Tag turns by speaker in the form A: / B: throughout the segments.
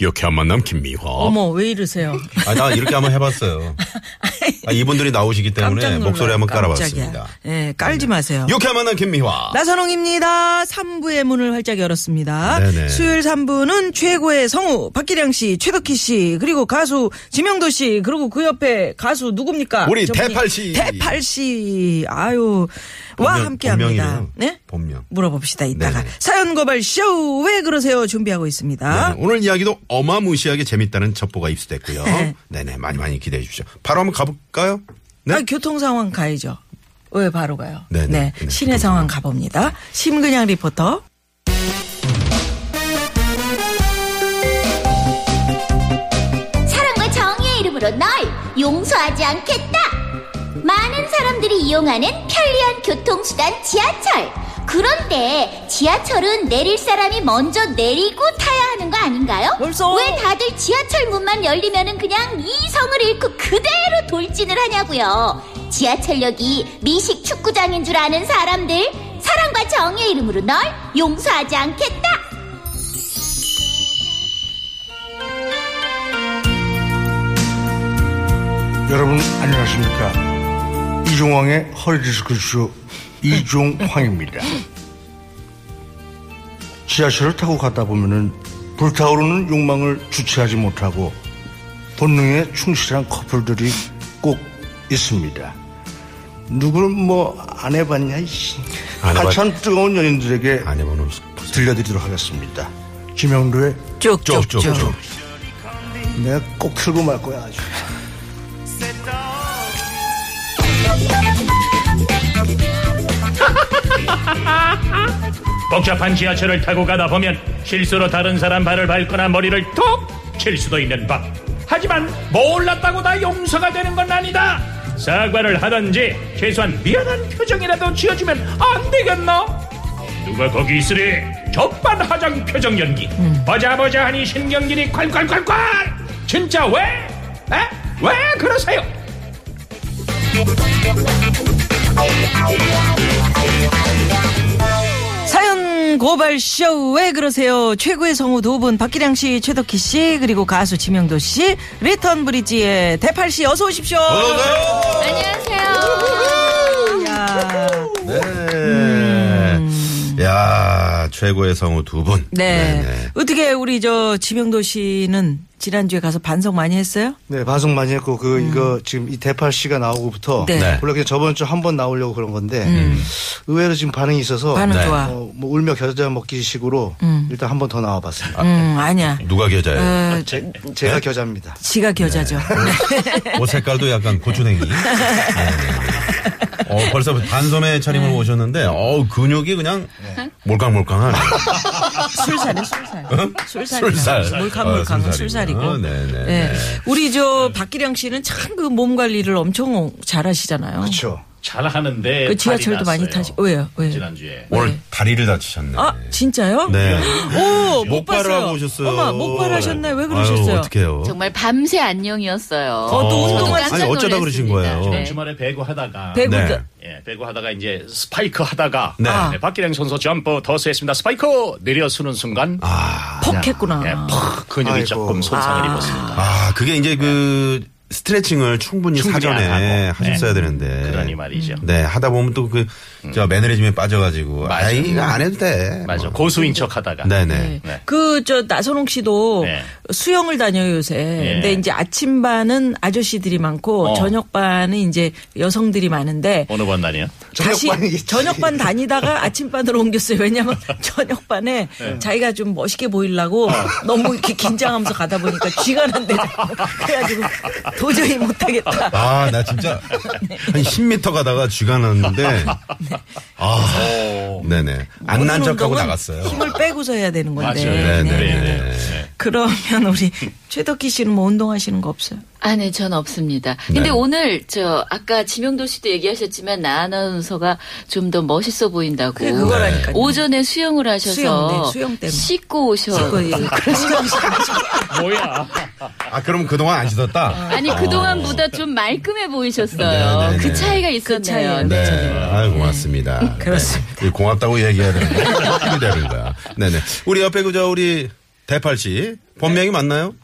A: 유쾌한 만남 김미화.
B: 어머 왜 이러세요?
A: 아, 나 이렇게 한번 해봤어요. 아, 이분들이 나오시기 때문에
B: 깜짝 놀라.
A: 목소리 한번
B: 깜짝이야.
A: 깔아봤습니다.
B: 예, 깔지 마세요.
A: 유쾌한 만남 김미화.
B: 나선홍입니다. 3부의 문을 활짝 열었습니다.
A: 네네.
B: 수요일 3부는 최고의 성우 박기량 씨, 최덕희 씨, 그리고 가수 지명도 씨, 그리고 그 옆에 가수 누굽니까?
A: 우리
B: 저분이
A: 대팔 씨.
B: 대팔 씨, 아유, 와
A: 본명,
B: 함께합니다.
A: 본명이래요.
B: 네?
A: 본명.
B: 물어봅시다 이따가
A: 네네.
B: 사연 고발 쇼! 왜 그러세요? 준비하고 있습니다.
A: 네, 오늘 이야기도 어마무시하게 재밌다는 첩보가 입수됐고요.
B: 네.
A: 네네, 많이 많이 기대해 주십시오. 바로 한번 가볼까요? 네.
B: 아, 교통 상황 가야죠. 왜 바로 가요?
A: 네네.
B: 네.
A: 네,
B: 시내
A: 교통
B: 상황 가봅니다. 심근양 리포터.
C: 사랑과 정의의 이름으로 널 용서하지 않겠다. 많은 사람들이 이용하는 편리한 교통수단 지하철. 그런데 네, 지하철은 내릴 사람이 먼저 내리고 타야 하는 거 아닌가요?
B: 벌써?
C: 왜 다들 지하철 문만 열리면은 그냥 이성을 잃고 그대로 돌진을 하냐고요. 지하철역이 미식 축구장인 줄 아는 사람들 사랑과 정의의 이름으로 널 용서하지 않겠다.
D: 여러분 안녕하십니까 이종황의 헐디스크쇼 이종황입니다 지하철을 타고 가다 보면은 불타오르는 욕망을 주체하지 못하고 본능에 충실한 커플들이 꼭 있습니다 누구를 뭐 안 해봤냐 이씨
A: 안 해봤-
D: 가찬 뜨거운 연인들에게
A: 안 해보는
D: 들려드리도록 하겠습니다 김영도의
A: 쪽쪽쪽.
D: 내가 꼭 틀고 말 거야 아주
E: 복잡한 지하철을 타고 가다 보면 실수로 다른 사람 발을 밟거나 머리를 톡 칠 수도 있는 법. 하지만 몰랐다고 다 용서가 되는 건 아니다. 사과를 하든지 최소한 미안한 표정이라도 지어주면 안 되겠나? 누가 거기 있으리? 적반하장 표정 연기. 보자 보자 하니 신경질이 콸콸콸콸. 진짜 왜? 에? 왜 그러세요?
B: 사연 고발 쇼! 왜 그러세요? 최고의 성우 두 분, 박기량 씨, 최덕희 씨, 그리고 가수 지명도 씨, 리턴 브리지의 대팔 씨, 어서 오십시오. 야,
A: 네. 야 최고의 성우 두 분.
B: 음. 네.
A: 네네.
B: 어떻게 우리 저 지명도 씨는 지난주에 가서 반성 많이 했어요?
D: 네, 방송 많이 했고 그 이거 지금 이 대팔 씨가 나오고부터
B: 음. 네. 네.
D: 원래 그냥 저번 주 한 번 나오려고 그런 건데 의외로 지금 반응이 있어서
B: 반응 좋아.
D: 어, 뭐 울며 겨자 먹기 식으로 일단 한 번 더 나와봤습니다.
B: 음, 아니야.
A: 누가 겨자예요?
B: 어,
D: 제, 제가 겨자입니다.
B: 지가 겨자죠. 네.
A: 옷뭐 색깔도 약간 고추냉이. 네, 네, 네. 어, 벌써 단소매 차림을
B: 네.
A: 오셨는데, 어 근육이 그냥 몰캉몰캉하네.
B: 술살은 술살. 술살이잖아.
A: 술살.
B: 몰캉몰캉은
A: 어,
B: 술살이고.
A: 네네.
B: 예.
A: 네.
B: 우리 저 박기량 씨는 참 그 몸 관리를 엄청 잘하시잖아요.
D: 그렇죠.
E: 잘하는데
B: 그 지하철도 네. 많이 타시. 왜요? 왜요?
E: 지난주에
A: 오늘 다리를 다치셨네.
B: 아 진짜요?
A: 네.
B: 오, 못
A: 목발을
B: 봤어요.
A: 하고 오셨어요.
B: 어머, 목발 하셨나요? 왜 그러셨어요?
A: 아유, 어떡해요.
F: 정말 밤새 안녕이었어요.
B: 어, 또
A: 어,
B: 운동하시-
A: 아니, 어쩌다 그러신 거예요?
E: 지난 네. 주말에 배구 하다가
B: 네. 배구
A: 네.
B: 그- 아.
E: 예, 배구 하다가 이제 스파이크 하다가
A: 네.
E: 네, 박기량 선수 점프 더스했습니다. 스파이크 내려 서는 순간
A: 아.
B: 퍽 했구나.
E: 예, 퍽 근육이
D: 아이고.
E: 조금 손상을 입었습니다.
A: 아, 그게 이제 그 스트레칭을 충분히,
E: 충분히 안
A: 사전에
E: 하고.
A: 하셨어야
E: 네.
A: 되는데.
E: 그러니 말이죠. 음.
A: 네, 하다 보면 또 그, 저 매너리즘에 빠져가지고.
E: 맞아.
A: 아, 이거 안 해도 돼.
E: 맞아.
A: 뭐.
E: 고수인 척 하다가
A: 네네.
E: 네.
B: 그 저 나선홍 씨도
E: 네. 예.
B: 수영을 다녀요 요새. 근데 이제 아침 반은 아저씨들이 많고
E: 어.
B: 저녁 반은 이제 여성들이 많은데
E: 어느 반 날이야?
B: 다시
D: 저녁반이겠지.
B: 저녁반 다니다가 아침반으로 옮겼어요. 왜냐면 저녁반에
E: 네.
B: 자기가 좀 멋있게 보이려고
E: 어.
B: 너무 이렇게 긴장하면서 가다 보니까 쥐가 난대. 그래가지고 도저히 못하겠다.
A: 아, 나 진짜 한 10m 가다가 쥐가 났는데. 아, 네네. 안 난
B: 네. 모든
A: 척하고
B: 운동은
A: 나갔어요.
B: 힘을 빼고서 해야 되는 건데.
A: 네, 네, 네.
B: 그러면 우리 최덕기 씨는 뭐 운동하시는 거 없어요?
F: 아, 네, 전 없습니다. 근데
A: 네.
F: 오늘 저 아까 지명도 씨도 얘기하셨지만 나 아나운서가 좀 더 멋있어 보인다고.
B: 네, 그게
A: 네.
B: 그거라니까요.
F: 오전에 수영을 하셔서
B: 수영, 네, 수영 때문에.
F: 씻고 오셔.
B: 그거 예.
E: 뭐야?
A: 아, 그럼 그동안 안 씻었다? 어.
F: 아니 그동안보다 좀 말끔해 보이셨어요.
A: 네, 네, 네.
F: 그 차이가 있었네요.
B: 차이예요.
A: 네. 아유, 고맙습니다. 네.
B: 그렇습니다.
A: 이 고맙다고 얘기해야 되는 거야. 힘이 되는 거야. 네네. 우리 옆에 그저 우리 대팔 씨. 본명이 맞나요?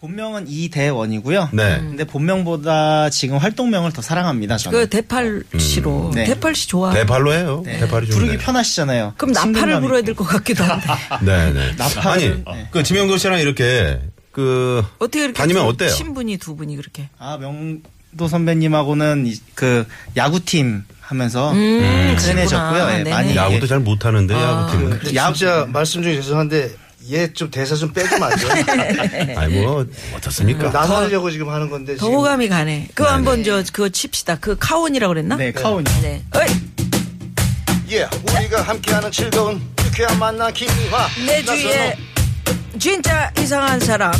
G: 본명은 이대원이고요.
A: 네.
B: 음.
G: 근데 본명보다 지금 활동명을 더 사랑합니다. 저는.
B: 그 대팔 씨로
G: 네.
B: 뭐 대팔 씨 좋아.
A: 음. 대팔로 해요. 대팔이 좀.
G: 부르기
A: 네.
G: 편하시잖아요.
B: 그럼 나팔을
G: 친근감이
B: 불어야
G: 있고.
B: 될 것 같기도 한데.
A: 네네. 아니,
G: 나팔을- 네.
A: 그 지명도 씨랑 이렇게 그
B: 어떻게 이렇게
A: 다니면
B: 두-
A: 어때요?
B: 신분이 두 분이 그렇게.
G: 아 명도 선배님하고는 이- 그 야구팀 하면서 친해졌고요.
B: 음, 그랬구나.
G: 예,
B: 네네. 아,
G: 많이
A: 음. 야구도 잘 못하는데 야구팀은.
G: 야구
D: 진짜 말씀 중에 죄송한데 얘 좀 대사 좀 빼지 마세요. 네.
A: 아니 뭐
B: 음.
A: 어떻습니까?
D: 나서려고 지금 하는 건데
B: 더
D: 지금
B: 호감이 가네. 그거 한번 저 그거 칩시다. 그 카온이라고 그랬나?
G: 네 카운이
B: 네. 어이,
D: 예 우리가 함께하는 즐거운 유쾌한 만남 김미화
B: 내 주위에 진짜 이상한 사람.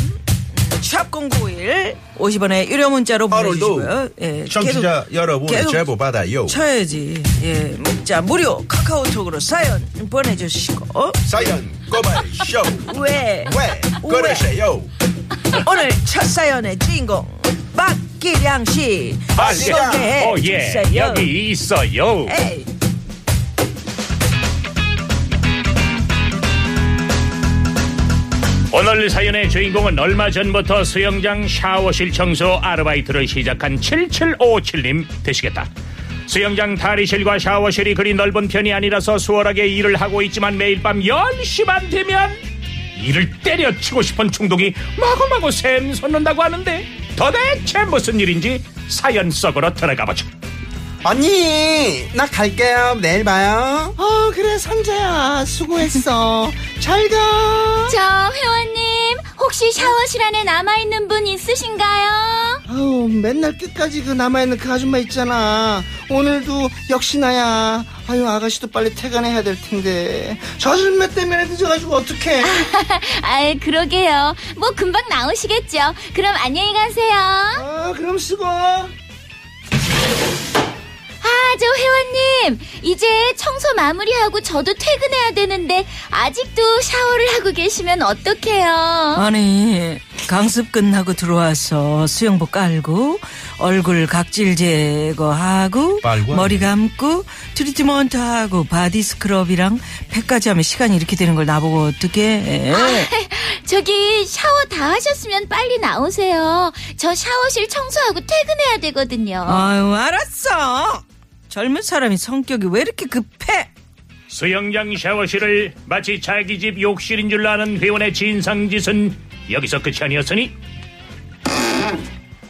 B: 샵 091, 50원의 유료 문자로
A: 하루도
B: 보내주시고요. 예,
A: 청취자
B: 계속-
A: 여러분
B: 계속
A: 제보 받아요.
B: 쳐야지. 예, 문자 무료 카카오톡으로 사연 보내주시고
A: 사연 꼬발 쇼.
B: 왜
A: 왜 그러세요?
B: 오늘 첫 사연의 주인공 박기량 씨 소개해
E: 어, 오예
B: 주세요.
E: 여기 있어요.
B: 에이.
E: 오늘 사연의 주인공은 얼마 전부터 수영장 샤워실 청소 아르바이트를 시작한 7757님 되시겠다. 수영장 다리실과 샤워실이 그리 넓은 편이 아니라서 수월하게 일을 하고 있지만 매일 밤 10시만 되면 이를 때려치고 싶은 충동이 마구마구 샘솟는다고 하는데 도대체 무슨 일인지 사연 속으로 들어가 보죠.
H: 언니, 나 갈게요. 내일 봐요.
G: 어 그래 상자야 수고했어. 잘가.
C: 저 회원님 혹시 샤워실 안에 남아있는 분 있으신가요?
G: 아우 맨날 끝까지 그 남아있는 그 아줌마 있잖아 오늘도 역시 나야 아유 아가씨도 빨리 퇴근해야 될 텐데 저 아줌마 그 때문에 늦어가지고 어떡해
C: 아 그러게요 뭐 금방 나오시겠죠 그럼 안녕히 가세요
G: 아 그럼 수고
C: 아 저 회원님 이제 청소 마무리하고 저도 퇴근해야 되는데 아직도 샤워를 하고 계시면 어떡해요
B: 아니 강습 끝나고 들어와서 수영복 깔고 얼굴 각질 제거하고
A: 빨고
B: 머리 감고 트리트먼트 하고 바디 스크럽이랑 팩까지 하면 시간이 이렇게 되는 걸 나보고 어떻게
A: 아,
C: 저기 샤워 다 하셨으면 빨리 나오세요 저 샤워실 청소하고 퇴근해야 되거든요
B: 아유 알았어 젊은 사람이 성격이 왜 이렇게 급해
E: 수영장 샤워실을 마치 자기 집 욕실인 줄 아는 회원의 진상짓은 여기서 끝이 아니었으니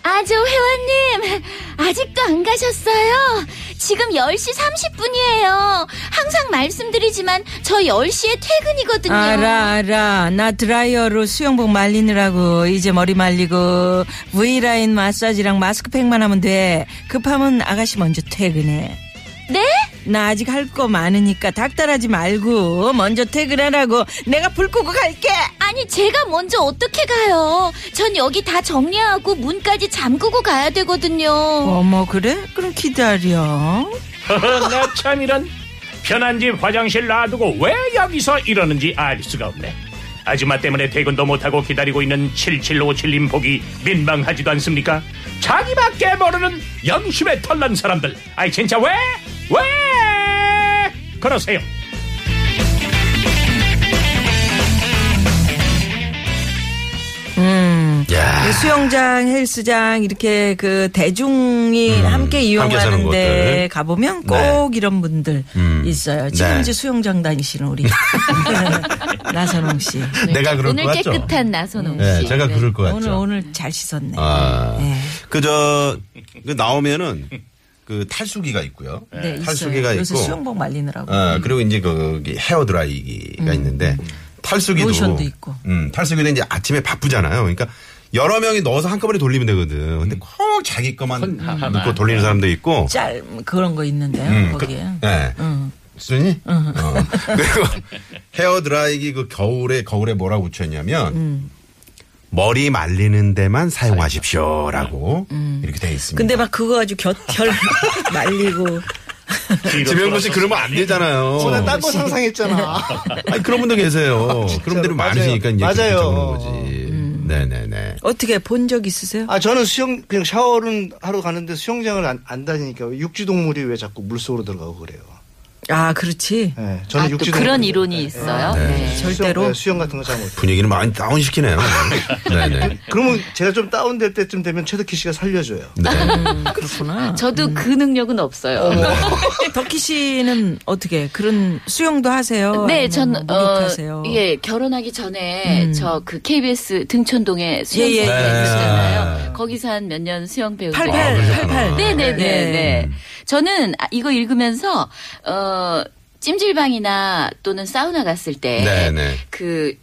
C: 아, 저 회원님, 아직도 안 가셨어요? 지금 10시 30분이에요. 항상 말씀드리지만 저 10시에 퇴근이거든요.
B: 알아 알아 나 드라이어로 수영복 말리느라고 이제 머리 말리고 V라인 마사지랑 마스크팩만 하면 돼 급하면 아가씨 먼저 퇴근해
C: 네?
B: 나 아직 할 거 많으니까 닥달하지 말고 먼저 퇴근하라고 내가 불 끄고 갈게
C: 아니, 제가 먼저 어떻게 가요? 전 여기 다 정리하고 문까지 잠그고 가야 되거든요.
B: 어머 그래? 그럼 기다려
E: 나 참 이런 편한 집 화장실 놔두고 왜 여기서 이러는지 알 수가 없네 아줌마 때문에 퇴근도 못하고 기다리고 있는 7757님 보기 민망하지도 않습니까? 자기밖에 모르는 영심에 털난 사람들 아이 진짜 왜? 왜? 그러세요
A: 야.
B: 음. 그 수영장, 헬스장 이렇게 그 대중이 함께
A: 음. 사는
B: 이용하는데
A: 곳들.
B: 가보면 꼭
A: 네.
B: 이런 분들
A: 음.
B: 있어요. 지금
A: 네.
B: 이제 수영장 다니시는 우리 나선홍 씨.
A: 네. 내가 그럴
F: 오늘
A: 것 같죠?
F: 깨끗한 나선홍 씨.
A: 네, 제가 그럴 것 같죠.
B: 오늘 오늘 잘 씻었네.
A: 아,
B: 네.
A: 그저 그 나오면은 그 탈수기가 있고요.
B: 네,
A: 탈수기가
B: 있어요. 요새
A: 있고,
B: 수영복 말리느라고. 음.
A: 어, 그리고 이제 거기 헤어 드라이기가 있는데 탈수기도
B: 로션도 있고.
A: 음, 탈수기는 이제 아침에 바쁘잖아요. 그러니까 여러 명이 넣어서 한꺼번에 돌리면 되거든.
B: 음.
A: 근데 꼭 자기 것만 넣고 그 돌리는 사람도 있고.
B: 짤 그런 거 있는데요.
A: 음, 그-
B: 거기에.
A: 네.
B: 음.
A: 쓰니? 어. 그리고 헤어 드라이기 그 겨울에 거울에 뭐라 고 붙였냐면
B: 음.
A: 머리 말리는 데만 사용하십시오라고
B: 음.
A: 이렇게 돼 있습니다.
B: 근데 막 그거 아주 곁혈 말리고
A: 지명도 씨 그러면 안 되잖아요.
G: 저는 딴거 상상했잖아.
A: 아니 그런 분도 계세요. 그런 분들이
G: 맞아요.
A: 많으시니까 이제
G: 맞아요. 음.
A: 그렇게 적는 거지. 네네네.
B: 어떻게 본 적 있으세요?
G: 아 저는 수영 그냥 샤워를 하러 가는데 수영장을 안, 안 다니니까 육지 동물이 왜 자꾸 물 속으로 들어가고 그래요.
B: 아 그렇지.
G: 예,
D: 네,
F: 아, 또 그런 이론이 있어요.
A: 네.
F: 네.
B: 절대로.
G: 수영, 예, 수영 같은 거 잘 못.
A: 분위기를 많이 다운 시키네요. 네네.
G: 그러면 제가 좀 다운될 때쯤 되면 최덕희 씨가 살려줘요.
A: 네.
B: 그렇구나. 음.
F: 저도 그 능력은 없어요.
B: 덕희 씨는 어떻게 그런 수영도 하세요?
F: 네,
B: 아니면
F: 전,
B: 뭐
F: 어,
B: 목욕하세요. 음.
F: 예, 결혼하기 전에 저 그 KBS 등촌동에 수영
B: 예, 예,
F: 배우
A: 예.
F: 있잖아요.
A: 네.
F: 거기서 한 몇 년 수영 배우고.
A: 아,
B: 88,
A: 그러셨구나.
B: 88.
F: 네네네.
B: 네.
F: 네. 저는 아, 이거 읽으면서, 어, 찜질방이나 또는 사우나 갔을 때.
A: 네네.
F: 그,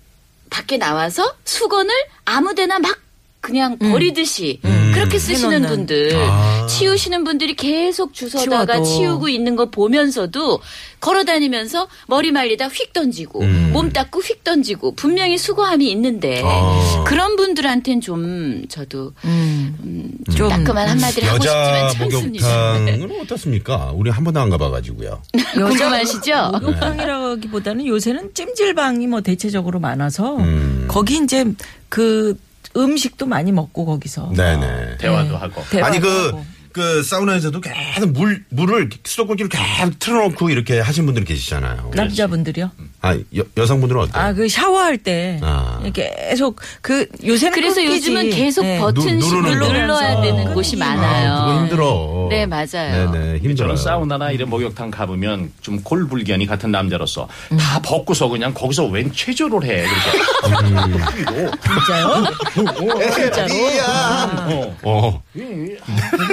F: 밖에 나와서 수건을 아무 데나 막 그냥 버리듯이 그렇게 쓰시는
B: 해놓는.
F: 분들,
A: 음. 아.
F: 치우시는 분들이 계속 주워다가
B: 치워도.
F: 치우고 있는 거 보면서도 걸어 다니면서 머리 말리다 휙 던지고,
A: 음.
F: 몸 닦고 휙 던지고, 분명히 수고함이 있는데,
A: 아.
F: 그런 분들한텐 좀 저도
B: 음.
F: 음,
B: 좀
F: 좀 따끔한 한마디를 하고 싶지만
A: 여자
F: 참습니다.
A: 목욕탕은 어떻습니까? 우리 한 번도 안 가봐가지고요.
F: 궁금하시죠?
B: 목욕탕이라기보다는 요새는 찜질방이 뭐 대체적으로 많아서
A: 음.
B: 거기 이제 그 음식도 많이 먹고 거기서
A: 네네.
B: 네.
I: 대화도 하고.
B: 대화도
A: 아니 그
B: 하고.
A: 그 사우나에서도 계속 물 물을 수도꼭지를 계속 틀어놓고 이렇게 하신 분들 계시잖아요.
B: 그렇죠. 남자분들이요.
A: 아 여, 여성분들은 어때요?
B: 아 그 샤워할 때
A: 아.
B: 계속 그 요새는
F: 그래서
B: 끊기지.
F: 요즘은 계속
B: 네.
F: 버튼
A: 누-
F: 씩
A: 누르는 거.
F: 눌러야 되는
B: 아,
F: 곳이
B: 끊기지.
F: 많아요.
A: 아, 그거 힘들어.
F: 네, 맞아요.
A: 네네 힘들어.
I: 저는 사우나나 이런 목욕탕 가보면 좀 골불견이 같은 남자로서
B: 음.
I: 다 벗고서 그냥 거기서 웬 체조를 해. 그래서
B: 진짜요?
G: 어,
B: 진짜로?
G: 야
I: 어,
A: 어.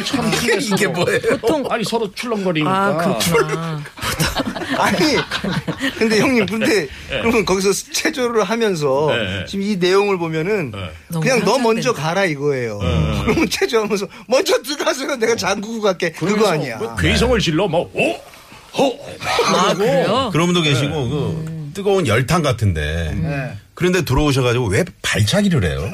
I: 참 신기했어.
A: 이게 뭐예요?
I: 보통 아니 서로 출렁거리니까.
B: 아 그렇구나.
G: 아니 근데 형님 근데
A: 네.
G: 그러면 거기서 체조를 하면서
I: 네.
G: 지금 이 내용을 보면은
A: 네.
B: 너무
G: 그냥 너
B: 상상된다.
G: 먼저 가라 이거예요. 그러면 체조하면서 뭐 먼저 들어가서 내가 잠그고 갈게 그거
I: 그래서
G: 아니야. 네.
I: 뭐 괴성을 질러 뭐 네. 어?
B: 아 그래요? 음.
A: 그런 분도 계시고 그 뜨거운 열탕 같은데
G: 네.
A: 그런데 들어오셔가지고 왜 발차기를 해요?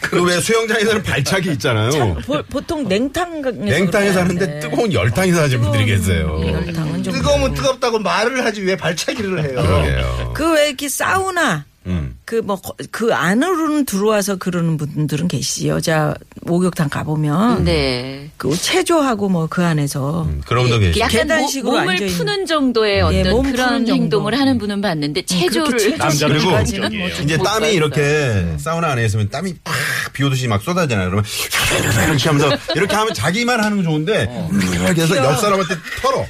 A: 그 왜 수영장에서는 발차기 있잖아요.
B: 보, 보통 냉탕에서
A: 냉탕에서 하는데 뜨거운 열탕에서 하신 분들이 계세요.
B: 열탕은 좀
G: 뜨거우면 뜨겁다고 말을 하지 왜 발차기를 해요.
A: 그러게요.
B: 그왜 이렇게 사우나
A: 어. 음.
B: 그 뭐 그 안으로는 들어와서 그러는 분들은 계시지 여자 목욕탕 가보면
F: 네.
B: 그 체조하고 뭐 그 안에서
A: 음, 그런 분도 계시고.
F: 예, 약간
B: 계단식으로
F: 모- 뭐 몸을
B: 앉아있는.
F: 푸는 정도의
B: 예,
F: 어떤
B: 몸 푸는
F: 그런
B: 정도. 음, 그
F: 행동을 하는 분은 봤는데 체조를
B: 체조- 뭐
I: 남자는
A: 그리고
I: 출렁거리는 거예요.
A: 이제
F: 못
A: 땀이
F: 봤어요.
A: 이렇게 사우나 안에 있으면 땀이 팍 비오듯이 막 쏟아지잖아요. 그러면 이렇게 하면서 이렇게 하면 자기만 하는 건 좋은데 이렇게 해서 옆 사람한테 털어.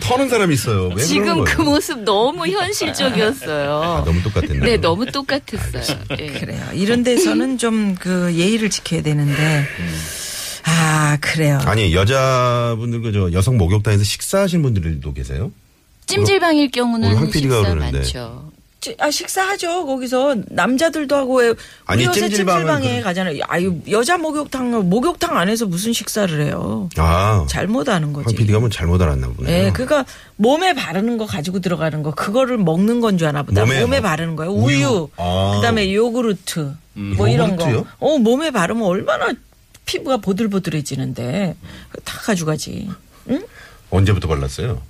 A: 터는 사람이 있어요. 왜
F: 지금
A: 그러는
F: 그
A: 거예요? 아,
F: 모습 너무 현실적이었어요.
A: 너무 똑같았네.
F: 네, 너무 똑같았어요. 예.
B: 그래요. 아, 이런 데서는 좀 그 예의를 지켜야 되는데
A: 음.
B: 아 그래요.
A: 아니 여자분들 그저 여성 목욕탕에서 식사하신 분들도 계세요?
F: 찜질방일
A: 우리
F: 경우는
A: 황 PD가
F: 식사
A: 그러는데.
F: 많죠.
B: 찌- 아 식사하죠 거기서 남자들도 하고 왜
A: 아니,
B: 우리 요새
A: 찜질방은
B: 찜질방에
A: 그-
B: 가잖아요. 아유 여자 목욕탕 목욕탕 안에서 무슨 식사를 해요?
A: 아,
B: 잘못 아는
A: 황
B: 거지.
A: PD가 뭐 잘못 알았나 보네요.
B: 예, 그니까 몸에 바르는 거 가지고 들어가는 거 그거를 먹는 건 줄 아나 보다.
A: 몸에
B: 몸에,
A: 뭐?
B: 바르는 거예요.
A: 우유.
B: 우유,
A: 아.
B: 그다음에 요구르트 뭐 이런 거.
A: 요구르트요?
B: 어, 몸에 바르면 얼마나 피부가 보들보들해지는데 그거 다 가져가지.
A: 언제부터 발랐어요?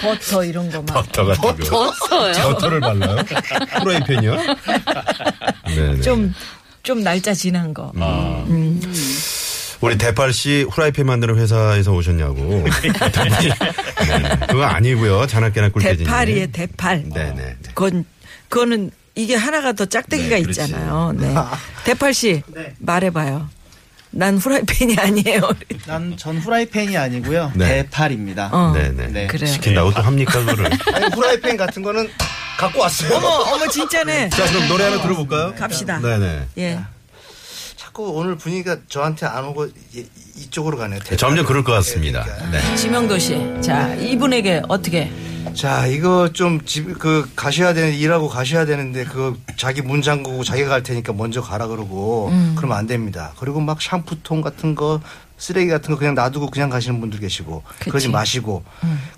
B: 버터 이런 거 막.
A: 버터 같은 거.
F: 벗어요.
A: 버터를 발라요? 프라이팬이요? 네네. 아.
B: 좀, 좀 날짜 지난 거. 음.
A: 우리 대팔 씨 후라이팬 만드는 회사에서 오셨냐고. 네, 그거 아니고요. 자나깨나 꿀대진.
B: 대팔이에 대팔.
A: 네네.
B: 그건, 그거는 이게 하나가 더 짝대기가
A: 네, 그렇지.
B: 있잖아요. 네. 대팔 씨,
J: 네.
B: 말해봐요. 난 후라이팬이 아니에요.
J: 난 전 후라이팬이 아니고요.
A: 네.
J: 대팔입니다.
B: 어.
A: 네네.
J: 네.
B: 그래요.
A: 시킨다고 또 합니까 그거를?
G: 아니 후라이팬 같은 거는 갖고 왔어요.
B: 어머, 어머, 진짜네.
A: 자 그럼 노래 하나 들어볼까요?
B: 갑시다.
A: 네네.
B: 예.
G: 자꾸 오늘 분위기가 저한테 안 오고 이- 이쪽으로 가네요.
A: 점점 그럴 것 같습니다. 네.
B: 지명도 씨. 자, 이분에게 어떻게.
G: 자, 이거 좀 집 그 가셔야 되는 일하고 가셔야 되는데 그 자기 문 잠그고 자기가 갈 테니까 먼저 가라 그러고 그러면 안 됩니다. 그리고 막 샴푸통 같은 거
D: 쓰레기 같은 거 그냥 놔두고 그냥 가시는 분들 계시고 그러지 마시고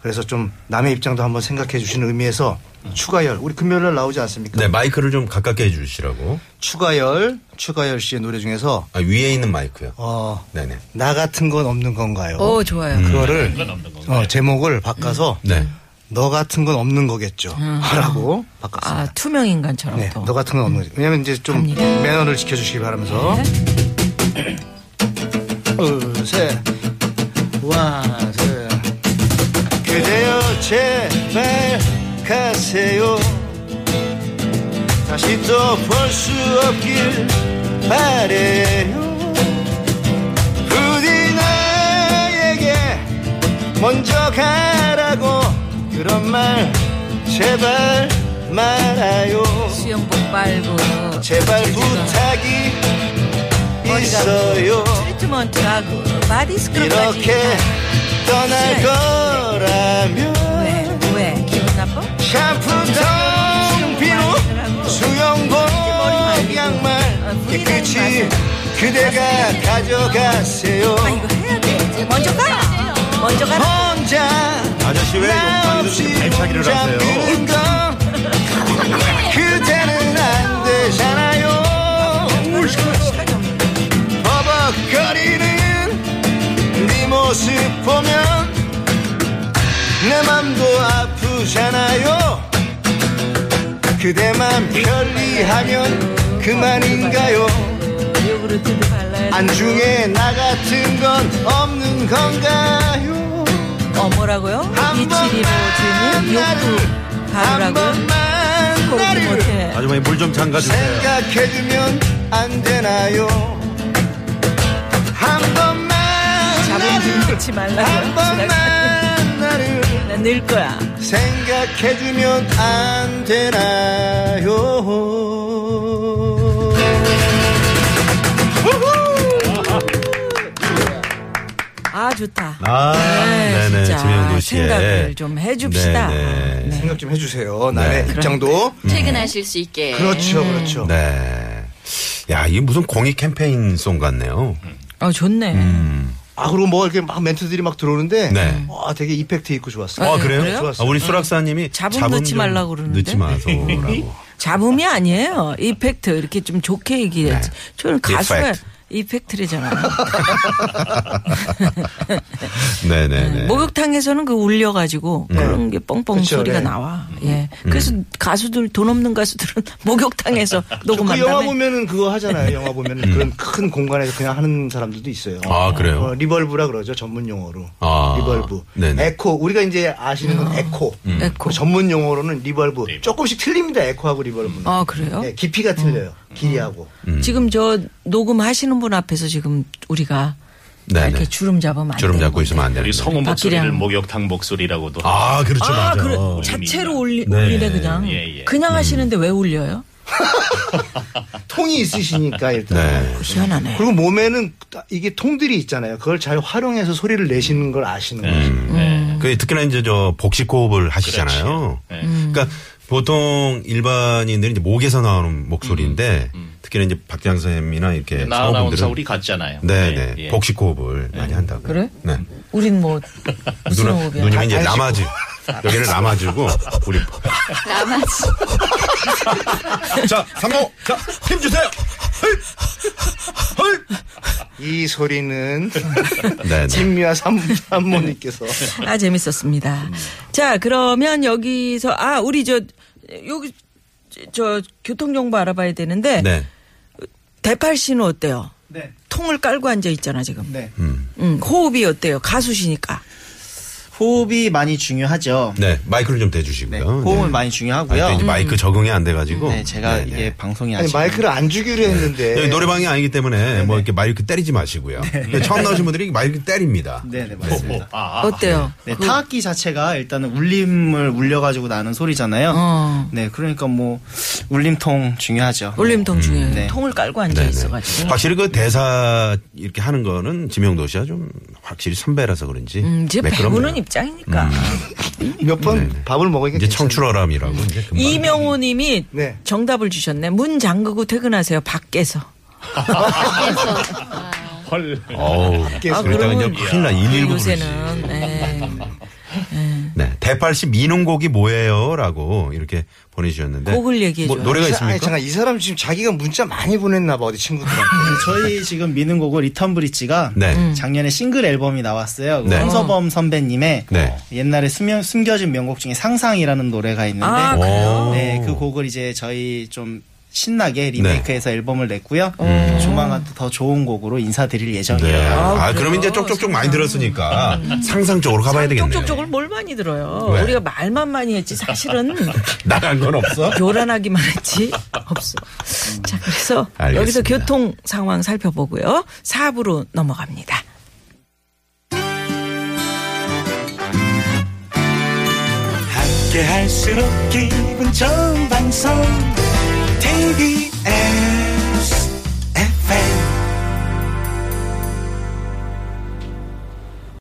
D: 그래서 좀 남의 입장도 한번 생각해 주시는 의미에서 추가열 우리 금요일 날 나오지 않습니까?
A: 네, 마이크를 좀 가깝게 해주시라고.
D: 추가열 추가열 씨의 노래 중에서
A: 아, 위에 있는 마이크요.
D: 어,
A: 네네.
D: 나 같은 건 없는 건가요?
B: 오, 좋아요. 음.
D: 그거를 어, 제목을 바꿔서
A: 음. 네.
D: 너 같은 건 없는 거겠죠.
B: 음.
D: 하라고 바꿨습니다.
B: 아, 투명 인간처럼
D: 네,
B: 더.
D: 너 같은 건 없는 거지. 왜냐면 이제 좀 매너를 지켜주시기 바라면서.
B: 네.
D: 둘, 셋. 와, 셋. 그대여 제발 가세요. 다시 또 볼 수 없길 바래요. 부디 나에게 먼저 가라고 그런 말 제발 말아요.
B: 수영복 빨고.
D: 제발 부탁이 있어요.
B: 트리트먼트하고 바디 스크럽까지.
D: 이렇게 떠날 거라면
B: 왜? 왜? 기분 나빠?
D: 샴푸통 비누 수영복 양말 이 끝이 그대가 가져가세요.
B: 아, 먼저 가. 먼저
D: 가. 혼자
A: 아저씨 왜
D: 나
A: 욕탕에서
D: 없이
A: 지금 발차기를
D: 혼자
A: 하세요?
D: 비는 건 그대는 안 되잖아요. 버벅거리는 네 모습 보면 내 맘도 아프잖아요. 그대만 편리하면 그만인가요? 안중에 나 같은 건 없는 건가요?
B: 어, 뭐라고요? 2715 주인님, 욕구 가루라고요? 거기 못해.
A: 아주머니 물 좀 잠가주세요.
D: 생각해주면 안 되나요? 한 번만
B: 자본주의 놓지 말라고.
D: 한 번만 나를
B: 난늘 거야.
D: 생각해주면 안 되나요?
B: 아, 좋다.
A: 아, 네, 네, 지명도 씨의
B: 생각을 좀 해줍시다.
A: 네, 네.
D: 생각 좀 해주세요. 나의
A: 네.
D: 입장도.
F: 퇴근하실 수 있게.
D: 그렇죠,
B: 음,
D: 그렇죠.
A: 네. 야, 이게 무슨 공익 캠페인송 같네요.
B: 어, 좋네.
D: 아, 그리고 뭐 이렇게 막 멘트들이 막 들어오는데.
A: 음. 네.
D: 아, 되게 이펙트 있고 좋았어요.
A: 아, 그래요?
D: 좋았어요.
A: 아, 우리 수락사님이
B: 잡음
A: 잡음
B: 넣지
A: 좀
B: 말라고 그러는데.
A: 넣지 마소라고.
B: 잡음이 아니에요. 이펙트 이렇게 좀 좋게
A: 네.
B: 얘기했지. 저는 가수가
A: 이펙트.
B: 이펙트래잖아.
A: 네네네. 뭐- 네.
B: 목욕탕에서는 그 울려가지고 그런 게 뻥뻥
D: 그쵸,
B: 소리가
D: 네.
B: 나와.
A: 음.
B: 예. 그래서 가수들 돈 없는 가수들은 목욕탕에서 녹음한
D: 그
B: 다음에
D: 영화 보면은 그거 하잖아요. 영화 보면은 그런 큰 공간에서 그냥 하는 사람들도 있어요.
A: 음. 아, 그래요?
D: 어, 리벌브라 그러죠. 전문 용어로.
A: 아.
D: 리벌브.
A: 네네. 음.
D: 에코. 우리가 이제 아시는 건 에코.
B: 음.
D: 그
B: 에코.
D: 전문 용어로는 리벌브.
A: 네.
D: 조금씩 틀립니다. 에코하고 리벌브는.
B: 아 그래요? 음.
D: 네, 깊이가 틀려요. 길이하고.
A: 음.
B: 지금 저 녹음하시는 분 앞에서 지금 우리가
A: 네네.
B: 이렇게 주름 잡으면 안
A: 주름
B: 돼요.
A: 잡고 있으면 안 되는.
I: 우리 성우 목소리를
B: 박기량.
I: 목욕탕 목소리라고도
A: 아, 그렇죠.
B: 아,
A: 맞아.
B: 그래. 자체로 올리,
A: 네. 음.
B: 올리래 그냥.
I: 예, 예.
B: 그냥 하시는데 왜 올려요?
D: 통이 있으시니까 일단.
A: 네.
B: 희한하네.
D: 그리고 몸에는 이게 통들이 있잖아요. 그걸 잘 활용해서 소리를 내시는 걸 아시는 거죠.
A: 그 특히나 이제 저 복식 호흡을 하시잖아요.
I: 네.
A: 그러니까 보통 일반인들이 이제 목에서 나오는 목소리인데 특히나 이제 박장 음, 선생님이나 이렇게
I: 나 아나운서
A: 사원분들은
I: 우리 같잖아요.
A: 네네
I: 예, 예.
A: 복식 호흡을 많이 한다고.
B: 그래?
A: 네.
B: 우린 뭐 무슨
A: 누나
B: 호흡이야.
A: 누님이 이제 남아지 여기를 남아주고 우리
B: 음.
F: 남아지.
A: 자 삼모 자힘 주세요. 헐!
D: 이 소리는
A: 네, 네.
D: 진미와 삼- 삼모님께서
B: 아 재밌었습니다. 자 그러면 여기서 아 우리 저 여기 저 교통 정보 알아봐야 되는데
A: 네.
B: 대팔 씨는 어때요?
J: 네.
B: 통을 깔고 앉아 있잖아 지금.
J: 네.
B: 음, 호흡이 어때요? 가수시니까.
J: 호흡이 많이 중요하죠.
A: 네, 마이크를 좀 대주시고요.
J: 호흡은
A: 네.
J: 많이 중요하고요. 음.
A: 아, 또 이제 마이크 적응이 안 돼가지고.
J: 네, 제가
A: 네, 네.
J: 이게 방송이 네,
D: 아니
J: 아직
D: 마이크를 안 주기로 했는데
A: 여기 노래방이 아니기 때문에 뭐 이렇게 마이크 때리지 마시고요. 처음 나오신 분들이 마이크 때립니다.
J: 네, 네, 맞습니다.
I: 아, 아.
B: 어때요? 그
J: 네, 타악기 자체가 일단은 울림을 울려가지고 나는 소리잖아요.
B: 어.
J: 네, 그러니까 뭐 울림통 중요하죠.
B: 올림통 중에
J: 네.
B: 통을 깔고 앉아
A: 네네.
B: 있어가지고.
A: 확실히 그 대사 이렇게 하는 거는 지명도 씨가 좀 확실히 선배라서 그런지.
B: 음, 이제
A: 매끄럽네요. 음. 네,
B: 배우는 입장이니까.
D: 몇 번 밥을 먹으니까
A: 이제
D: 괜찮네. 음,
A: 청출어람이라고. 이제 금방.
B: 이명호 님이
D: 네.
B: 정답을 주셨네. 문 아, 잠그고 퇴근하세요. 밖에서.
F: 그래서
E: 헐.
A: 어우,
B: 아,
A: 그러다가 이제
B: 그러면
A: 큰일 나. 119
B: 요새는 네.
A: 네, 대팔 씨 민홍곡이 뭐예요?라고 이렇게 보내주셨는데 뭐 노래가 있습니까?
D: 아니, 잠깐 이 사람 지금 자기가 문자 많이 보냈나 봐 어디 친구들한테.
J: 저희 지금 미는 곡을 리턴 브릿지가
A: 네. 음.
J: 작년에 싱글 앨범이 나왔어요. 그
A: 네.
J: 황서범 선배님의
A: 네.
J: 옛날에 숨겨, 숨겨진 명곡 중에 상상이라는 노래가 있는데
B: 아, 그래요?
J: 네, 그 곡을 이제 저희 좀
A: 네.
J: 신나게 리메이크해서 앨범을 냈고요.
B: 어.
A: 음.
J: 조만간 또더 좋은 곡으로 인사드릴 예정이에요.
A: 네. 아, 그럼 이제 쪽쪽쪽 많이 들었으니까 상상 쪽으로 가봐야 되겠네요.
B: 음. 쪽쪽쪽을 뭘 많이 들어요.
A: 왜?
B: 우리가 말만 많이 했지 사실은
A: 나간 건 없어?
B: 요란하기만 했지 없어. 자 그래서
A: 알겠습니다.
B: 여기서 교통 상황 살펴보고요. 4부로 넘어갑니다. 그
K: 함께 할수록 기분 좋은 방송 TBS